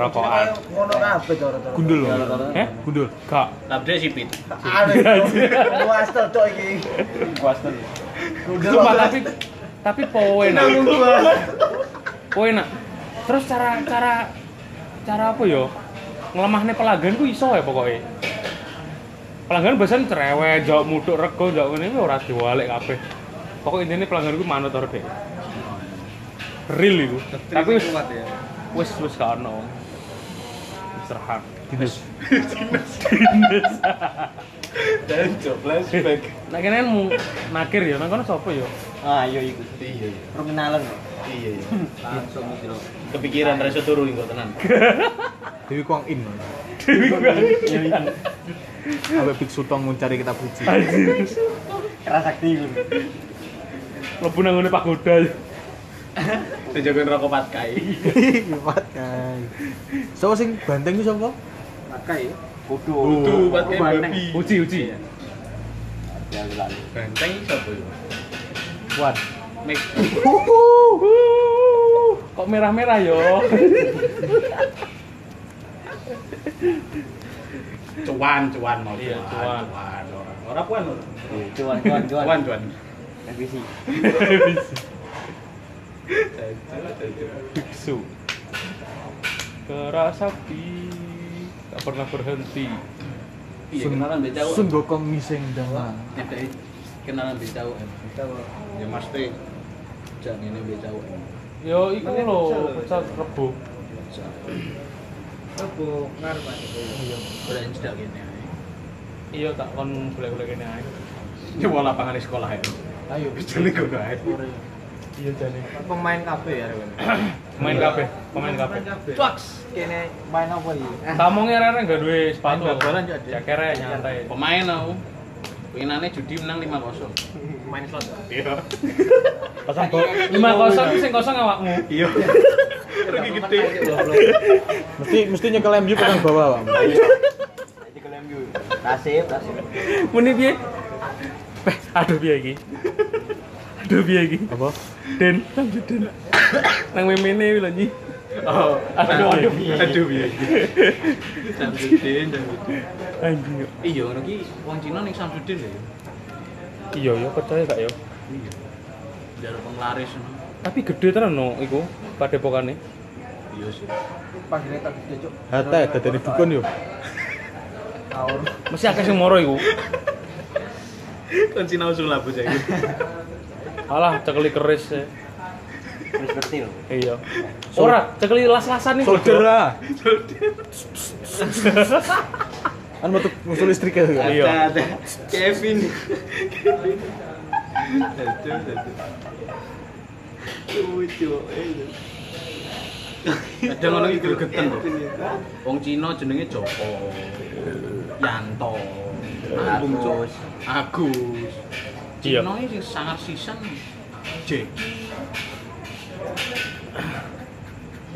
Speaker 1: Rokokan.
Speaker 7: Ngono kabeh to rata.
Speaker 6: Gundul loh.
Speaker 1: Eh?
Speaker 6: Gundul.
Speaker 1: Gak.
Speaker 5: Kabeh sipit.
Speaker 7: Aneh. Luas to cok iki.
Speaker 9: Wastel.
Speaker 7: Gundul.
Speaker 1: Sumpah tapi tapi poe nak. Poe nak. Terus cara cara cara apa yo? Ngelemahne pelanggan ku iso ya pokoknya. Pelanggan biasanya cerewet, jauh muduk rego, jauh ini ora diwalek kabeh. Pokok intinya pelanggan ku manut ora deh. Real itu. Tapi wis
Speaker 9: kuat ya.
Speaker 1: wis wis gak ono. Istirahat.
Speaker 6: Dinas.
Speaker 8: Dan coba flashback.
Speaker 1: Nah kene kan mu nakir ya, nang kono sapa ya?
Speaker 3: Ah, yo iku.
Speaker 8: Iya iya.
Speaker 3: Perkenalan.
Speaker 8: Iya iya.
Speaker 9: Langsung gitu.
Speaker 8: Kepikiran reso turu engko tenan.
Speaker 6: Dewi Kuang In.
Speaker 1: Ya iya.
Speaker 6: Abe Biksu Tong mencari kita puji.
Speaker 3: Kerasa sakti iku.
Speaker 1: Lebu nang ngene pagoda. ya.
Speaker 8: Dijogoin rokok patkai.
Speaker 6: Kuat kan. Sapa sing banteng ku sapa?
Speaker 9: Pakai ya.
Speaker 8: Kudu patkai babi.
Speaker 1: Uji uji.
Speaker 8: Benteng sapa yo?
Speaker 6: Kuat.
Speaker 8: Mik.
Speaker 1: Kok merah-merah yo?
Speaker 8: Cuan cuan mau
Speaker 1: Iya, cuan.
Speaker 8: cuan. Orang orang puan orang.
Speaker 3: Cuan, cuan, cuan.
Speaker 8: Cuan cuan.
Speaker 3: Revisi.
Speaker 1: Biksu. Keras sakti tak pernah berhenti.
Speaker 5: Iya, kenalan mbek cawak.
Speaker 6: Sun Gokong ngising dangan.
Speaker 5: Tidak kenalan mbek cawak. Ya Mas T. Jan ini mbek cawak.
Speaker 1: Yo iku lho, pecah rebo.
Speaker 9: Aku ngarep aja.
Speaker 5: Ora enjak kene. ae.
Speaker 1: Iya tak kon golek-golek kene ae.
Speaker 8: Ini mau lapangan di sekolah ya.
Speaker 6: Ayo.
Speaker 8: Kecuali gue gak ada.
Speaker 6: Iya jane.
Speaker 9: Pemain kabeh ya Rewen.
Speaker 1: Main kabeh, pemain kabeh.
Speaker 9: Cuaks.
Speaker 3: Kene main apa iki?
Speaker 1: Eh, Tamonge rene gak duwe sepatu.
Speaker 6: Main bal-balan, Cak, Dek.
Speaker 1: Ya kere nyantai.
Speaker 5: Pemain aku. Pinane judi menang 5-0.
Speaker 9: Pemain slot.
Speaker 8: Iya.
Speaker 1: Pasang bol. 5-0 sing kosong awakmu.
Speaker 8: Iya. Rugi gede.
Speaker 6: Mesti mesti nyekel MU pegang bawah, Bang.
Speaker 3: Iki kelem yo. Tasib, tasib.
Speaker 1: Muni piye? Peh, Eh, aduh piye iki? Aduh piye iki?
Speaker 6: Apa?
Speaker 1: Den, lanjut Den. Nang memene iki lho Nyi.
Speaker 8: Oh,
Speaker 1: Aduh, aduh,
Speaker 8: iya. Aduh, iya.
Speaker 5: Samsudin, Samsudin.
Speaker 1: Anjing. yo.
Speaker 5: Iya, ngono ki wong Cina ning Samsudin lho. ya.
Speaker 1: Iya ya percaya gak ya?
Speaker 5: Iya. Jalur penglaris ngono.
Speaker 1: Tapi gede tenan no iku padepokane.
Speaker 5: Iya sih.
Speaker 9: Panggilnya tak gede cok.
Speaker 6: Hata dadane dukun yo.
Speaker 9: Taur.
Speaker 1: Mesti akeh sing moro iku.
Speaker 8: Kan Cina usul labu saya gitu.
Speaker 1: Alah cekeli keris. ya.
Speaker 3: Wis ngerti lho.
Speaker 1: Iya. Ora, cekeli las-lasan iku.
Speaker 6: Soldier ah. Kan metu musuh listrik ya.
Speaker 1: Iya.
Speaker 8: Ada, ada. Kevin. Aduh, aduh. Lucu, eh.
Speaker 5: Ada ngono ki gregeten lho.
Speaker 7: Ah,
Speaker 5: Wong Cina jenenge Joko. Yanto. Agus. Agus.
Speaker 1: Iya.
Speaker 5: Cina iki sing sangar sisan J.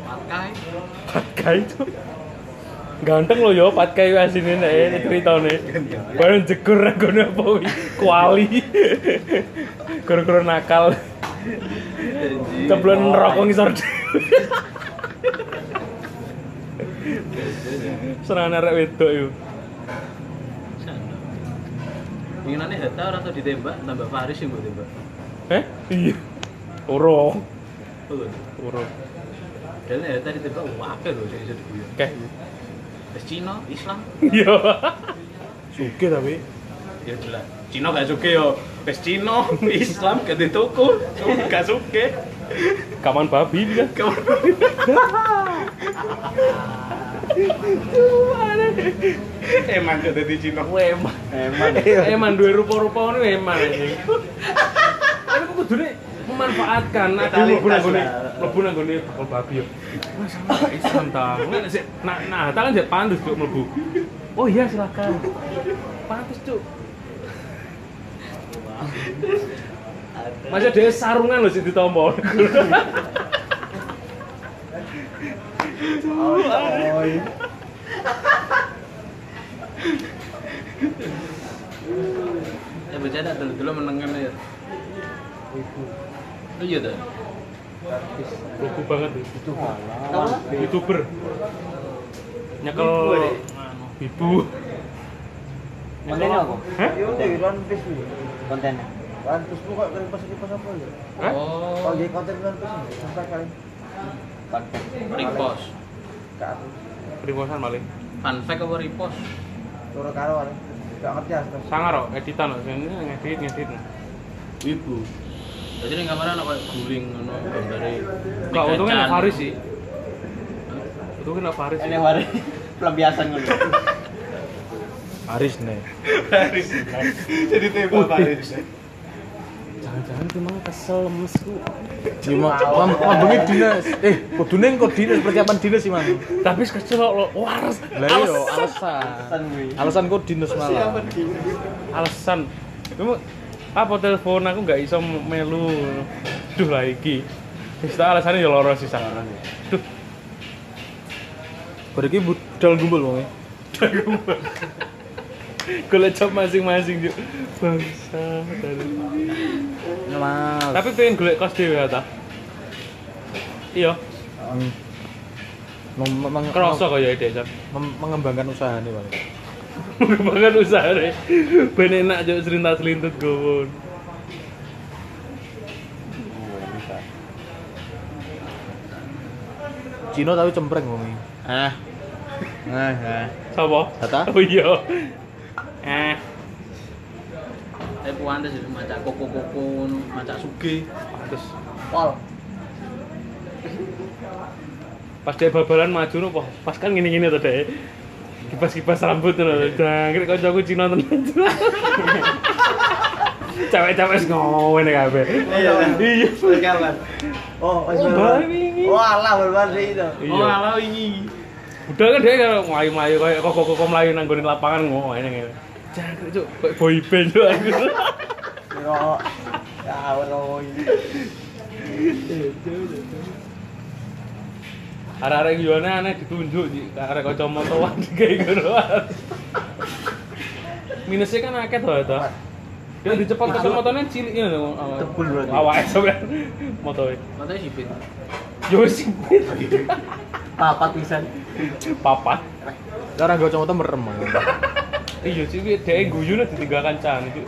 Speaker 5: Pakai
Speaker 1: Patkai itu. Ganteng lo yo patkai asine nek eh, ini ceritane. Bareng jegur nggone apa wi? Kuali. Gara-gara nakal. Ceblon rokok ngisor. dhewe. Senang arek wedok yo.
Speaker 5: sana. Pinginane Hatta ora tau ditembak, tambah Faris sing mbok tembak.
Speaker 1: Eh? Iya. Ora.
Speaker 5: Oh,
Speaker 1: Ora.
Speaker 5: Dene Hatta ditembak wah akeh lho sing iso diguyon.
Speaker 1: Oke.
Speaker 5: Wis Cina, Islam,
Speaker 1: Iya.
Speaker 6: Suke tapi.
Speaker 5: ya jelas. Cina gak suke yo. Wis Cina, Islam gak ditoko, gak suke.
Speaker 1: Kaman babi bisa.
Speaker 8: Emang gak jadi Cina.
Speaker 1: Eman.
Speaker 6: Iya.
Speaker 1: Eh, Eman. Eman duwe rupa-rupa ngono eman anjing. Kan aku kudune memanfaatkan nah dulu
Speaker 7: Vitalitas
Speaker 1: mlebu nang
Speaker 7: lah.
Speaker 1: mlebu nang gone bakul babi yo. Wes sama gak Islam ta. Mungkin sik nah nah ta kan jek pandus cuk mlebu. Oh iya silakan. Pantes cuk. Masih ada sarungan loh sih ditompo.
Speaker 7: Oi.
Speaker 5: Ya bocah tak dulu-dulu menengen ya. Ibu. Iya ta.
Speaker 1: Lugu banget loh. youtuber.
Speaker 3: Tahu lah.
Speaker 1: Youtuber. Nyekel
Speaker 7: Ibu, Dek.
Speaker 1: anu, ibu.
Speaker 3: Kontennya apa?
Speaker 1: Hah?
Speaker 7: Yo di One Piece dulu.
Speaker 3: Kontennya.
Speaker 7: One Piece lu kok kipas kipas apa ya?
Speaker 1: Hah?
Speaker 7: Kalau
Speaker 5: Oh,
Speaker 7: dia konten One Piece ini, sampai kali
Speaker 3: Konten.
Speaker 5: repost.
Speaker 7: ke atas.
Speaker 1: Primosan paling.
Speaker 5: Fun fact apa repost?
Speaker 7: Turun karo kali. Gak ngerti asal.
Speaker 1: Sangar kok editan loh. Ini ngedit ngedit.
Speaker 5: Ibu. Jadi ning kamar ana koyo guling ngono gambare.
Speaker 1: Kok untungnya
Speaker 5: Digacan.
Speaker 1: Faris sih. Untungnya Faris sih.
Speaker 3: Ini hari pelampiasan ngono.
Speaker 6: Haris nih.
Speaker 8: Jadi tembak Paris.
Speaker 1: Jangan-jangan itu emang kesel mesku.
Speaker 6: Cuma lam- lambengnya dinas. Eh, kudune engko dinas persiapan dinas sih, Mang.
Speaker 1: Tapi kesel lo waras.
Speaker 6: Lah iya, alasan. Alasan kok dinas malah.
Speaker 1: Alasan. Kamu apa telepon aku nggak iso melu. Duh lah iki. Wis tak alasannya ya loro sih sangar. Duh,
Speaker 6: Berarti budal gumbul wong.
Speaker 1: golek job masing-masing yuk. Bangsa.
Speaker 6: Mas.
Speaker 1: Tapi pengen golek kos dhewe ya, ta. Iya, kerasa kok ya ide, Jan.
Speaker 6: mengembangkan usaha nih, Bang. ya?
Speaker 1: Bahkan usaha deh. Ben enak juk serintas-selintut gowon.
Speaker 6: Cino tapi cempreng ya? wong iki.
Speaker 5: Ah,
Speaker 6: Nah, nah.
Speaker 1: Sopo?
Speaker 6: Tata?
Speaker 1: Oh iya. Eh,
Speaker 5: tapi puantes Eh, itu macak koko-koko ngono, macak suge.
Speaker 1: terus pas dia babalan maju no, wah, pas kan gini-gini tuh deh kipas-kipas rambut tuh loh jangkrik kau jago Cina tenan cewek-cewek wis ngowen ya kabeh
Speaker 7: Iya.
Speaker 1: iya
Speaker 7: Kawan. Oh, wis
Speaker 1: Oh,
Speaker 7: bal-bal.
Speaker 1: bal-bal.
Speaker 7: Oh, alah bal-bal deh itu.
Speaker 5: Oh,
Speaker 1: iya
Speaker 5: ala wingi.
Speaker 1: udah kan dia kalau melayu-melayu kayak kok-kok melayu nanggonin lapangan ngowen ya jangkrik cuk kayak boy band cuk aku
Speaker 7: Yo. Ya, ora
Speaker 1: arek-arek gimana aneh ditunjuk Ji. arek kacamataan kayak gitu minusnya kan akeh tuh ada dia di Jepang kacamatanya cilik ini loh
Speaker 3: Tebul berarti.
Speaker 1: awalnya sampai motornya
Speaker 5: Matanya sipit.
Speaker 1: yo sipit
Speaker 3: Papat pisan.
Speaker 1: papat
Speaker 6: Sekarang gue cuma merem. Bang. ya?
Speaker 1: iya sipit dia guyu lah ditinggalkan can itu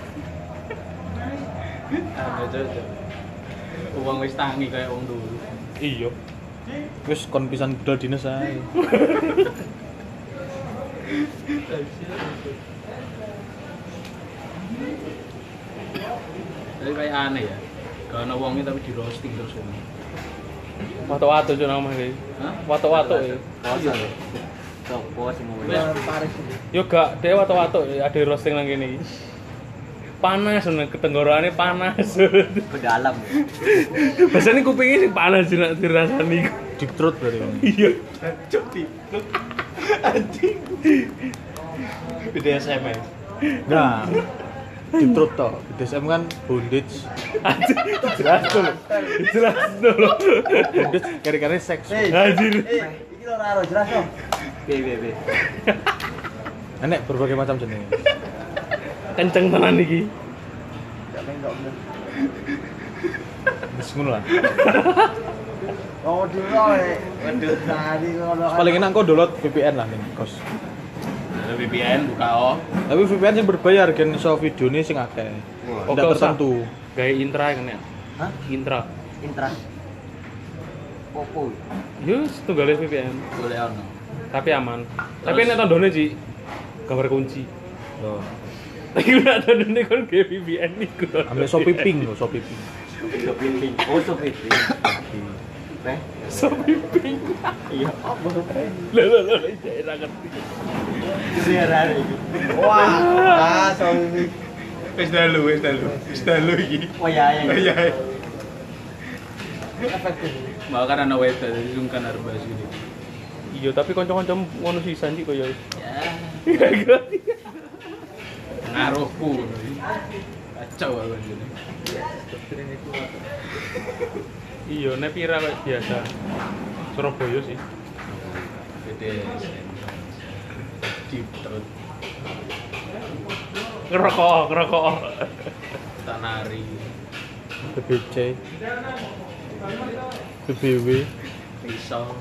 Speaker 5: Ah, cocok. Uang wis tangi kayak wong dulu.
Speaker 1: iya
Speaker 6: Wis kon pisan budal dinas ae.
Speaker 5: Tapi kayak aneh ya. Gak ana wonge tapi di roasting terus wong.
Speaker 1: watu-watu cuman nama ini
Speaker 5: Hah?
Speaker 1: watu-watu ya
Speaker 3: Kawasan. Sopo sing ngomong.
Speaker 5: Wis.
Speaker 7: Paris.
Speaker 1: yo gak dia watu-watu ya. ada roasting lagi nih panas bener ketenggorannya panas
Speaker 3: Kedalam.
Speaker 1: biasanya kupingnya sih panas sih nak dirasani
Speaker 6: Deep throat berarti. Bang.
Speaker 1: iya
Speaker 8: BDSM ya.
Speaker 6: Nah. Deep throat toh. BDSM kan bondage.
Speaker 1: jelas tuh lho. jelas tuh lho.
Speaker 6: Bondage kare-kare seks.
Speaker 7: Eh,
Speaker 1: anjir
Speaker 7: eh, iki lho ora ora jelas toh.
Speaker 3: Piye piye piye.
Speaker 6: Enek berbagai macam jenenge.
Speaker 1: kenceng tenan iki
Speaker 7: Gak main gak bener.
Speaker 6: Wis ngono lah.
Speaker 7: Oh, dulu eh. Waduh, tadi ngono.
Speaker 6: Terus Paling enak kok download VPN lah ning kos.
Speaker 8: Ada VPN buka oh.
Speaker 6: Tapi VPN sing berbayar gen iso videone sing akeh.
Speaker 1: Oh, gak
Speaker 6: Tidak
Speaker 1: usah.
Speaker 6: tertentu.
Speaker 1: gaya intra kan ya
Speaker 3: Hah?
Speaker 1: intra
Speaker 3: Intras. Popo.
Speaker 1: yo setunggalnya VPN
Speaker 5: Boleh ono.
Speaker 1: tapi aman tapi
Speaker 5: Terus?
Speaker 1: ini tandone sih gambar kunci
Speaker 6: Loh,
Speaker 1: lagi udah tandone kan gaya VPN nih gue
Speaker 6: ambil Shopee Pink lho, Shopee Pink.
Speaker 3: Oh sopo itu. Teh.
Speaker 1: Shopee Pink iya apa lo lo lo jadi ra ngerti
Speaker 3: Sejarah iki.
Speaker 7: Wah, ah, sorry.
Speaker 8: Wis dalu, wis dalu. Wis dalu iki.
Speaker 3: Oh ya ya.
Speaker 8: Iya.
Speaker 7: efektif
Speaker 5: Bahkan anak wedok kan jadi sungkan harba sini.
Speaker 1: Iya, tapi kanca-kanca ngono sisan iki koyo.
Speaker 5: Ya. Ngaruhku. Kacau aku ini.
Speaker 1: Iya, nek pira kayak biasa. Surabaya sih.
Speaker 5: BDSM. Deep throat.
Speaker 1: Ngerokok, ngerokok.
Speaker 5: Tanari.
Speaker 6: BBC BBW
Speaker 5: Pisau.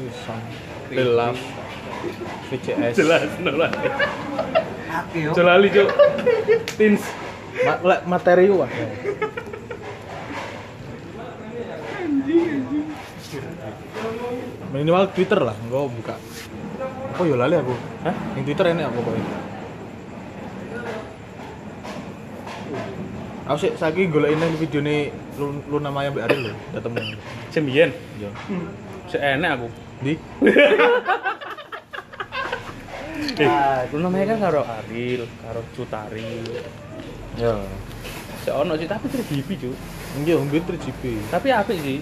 Speaker 6: Isang Relaf VCS
Speaker 1: Jelas nolak.
Speaker 3: Oke, yo.
Speaker 1: Jelali, Cuk. Tins.
Speaker 6: Ma- lek materi ku wae. Minimal Twitter lah, gua buka. Oh yo lali aku. Hah? Yang Twitter enak aku pokoknya. Aku sih saiki golek ini video ini lu, lu namanya Mbak Ariel lho, udah temu.
Speaker 1: Sembian.
Speaker 6: Iya.
Speaker 1: Hmm. Seenak aku.
Speaker 6: Di
Speaker 1: Eh, lu namanya kan karo Aril, karo Cutari.
Speaker 6: Ya.
Speaker 1: Seono sih tapi terus hibi, Cuk.
Speaker 6: Iya, mungkin 3GB.
Speaker 1: Tapi apik sih.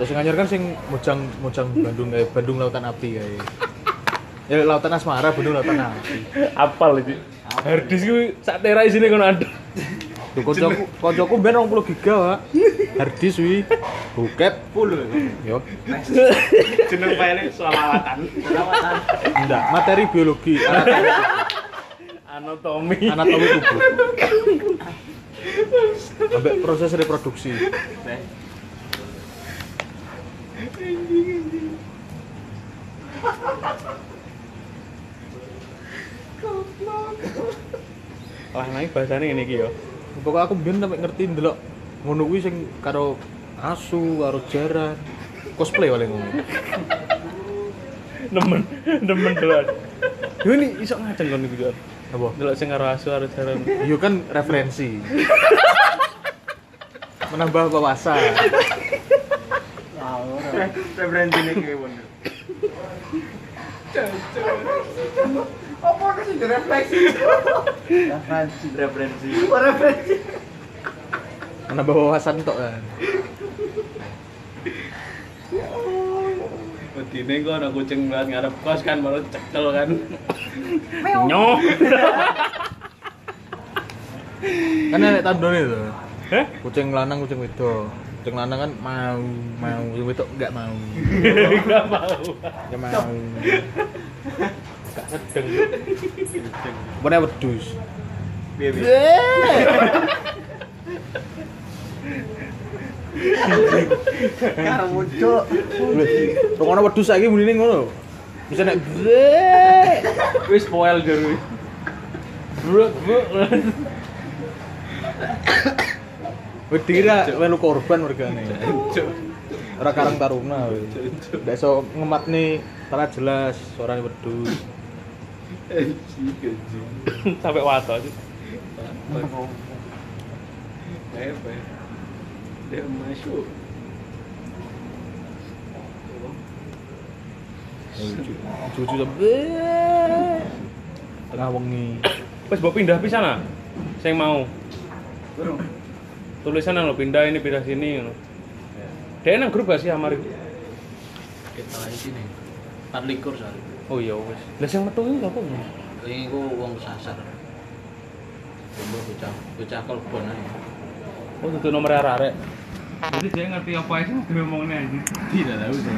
Speaker 6: Terus nganyar kan sing Mojang Mojang Bandung kayak Bandung Lautan Api kayak. Ya Lautan Asmara, Bandung Lautan Api.
Speaker 1: Apal iki. Harddisk kuwi sak tera isine kono ada.
Speaker 6: Duh, kocokku, kocokku ben 20 giga, Pak. Harddisk wi. Buket. 10. Yo.
Speaker 8: Jeneng file selawatan.
Speaker 6: Enggak, materi biologi, anatomi,
Speaker 1: Anatomi.
Speaker 6: anatomi tubuh. Sampai proses reproduksi.
Speaker 1: Lah nang bahasane ngene iki yo.
Speaker 6: Pokoknya aku ben sampai ngerti ndelok ngono kuwi sing karo asu, karo jaran. Cosplay paling ngono.
Speaker 1: Nemen, nemen dolan. Yo ini iso ngajeng kon iki yo.
Speaker 6: Apa?
Speaker 1: Delok sing karo asu karo jaran.
Speaker 6: Iya kan referensi. Menambah wawasan.
Speaker 7: referensi ini kayak wonder
Speaker 9: Apa aku sih refleksi?
Speaker 7: referensi
Speaker 3: referensi.
Speaker 7: referensi
Speaker 6: Menambah wawasan tok kan.
Speaker 5: Wedine kok ana kucing melihat ngarep kos kan baru cekel kan.
Speaker 1: Nyoh.
Speaker 6: Kan enek tandone to.
Speaker 1: Heh?
Speaker 6: Kucing lanang, kucing wedok. Kucing lanang kan mau, mau, kucing wedok enggak mau.
Speaker 1: Enggak mau.
Speaker 6: Enggak mau.
Speaker 1: Gak sedeng.
Speaker 6: Pokoknya wedus.
Speaker 7: karo muncul
Speaker 6: Pokoknya wedus saiki muni ngono. Bisa nek brek.
Speaker 1: Wis spoil jero. Bro, bro.
Speaker 6: Wedira melu korban mergane. Ora karang taruna kowe. Ndak iso ngematne secara jelas suarane wedus.
Speaker 1: sampai wato sih.
Speaker 5: Dia masuk.
Speaker 6: Cucu sampe tengah wengi.
Speaker 1: Wes mbok pindah pisan ah. Sing mau. Tulisan nang lo pindah ini pindah sini ngono. Dia nang grup gak sih Amar itu?
Speaker 5: Kita lagi sini. Empat likur soalnya.
Speaker 1: Oh iya wis. Lah sing metu iki apa? ya?
Speaker 5: Ini aku uang kesasar. Coba bocah bocah kolbon aja.
Speaker 1: Oh, itu nomor arek-arek. Jadi dia ngerti apa aja ngomongnya aja.
Speaker 5: Tidak tahu saya.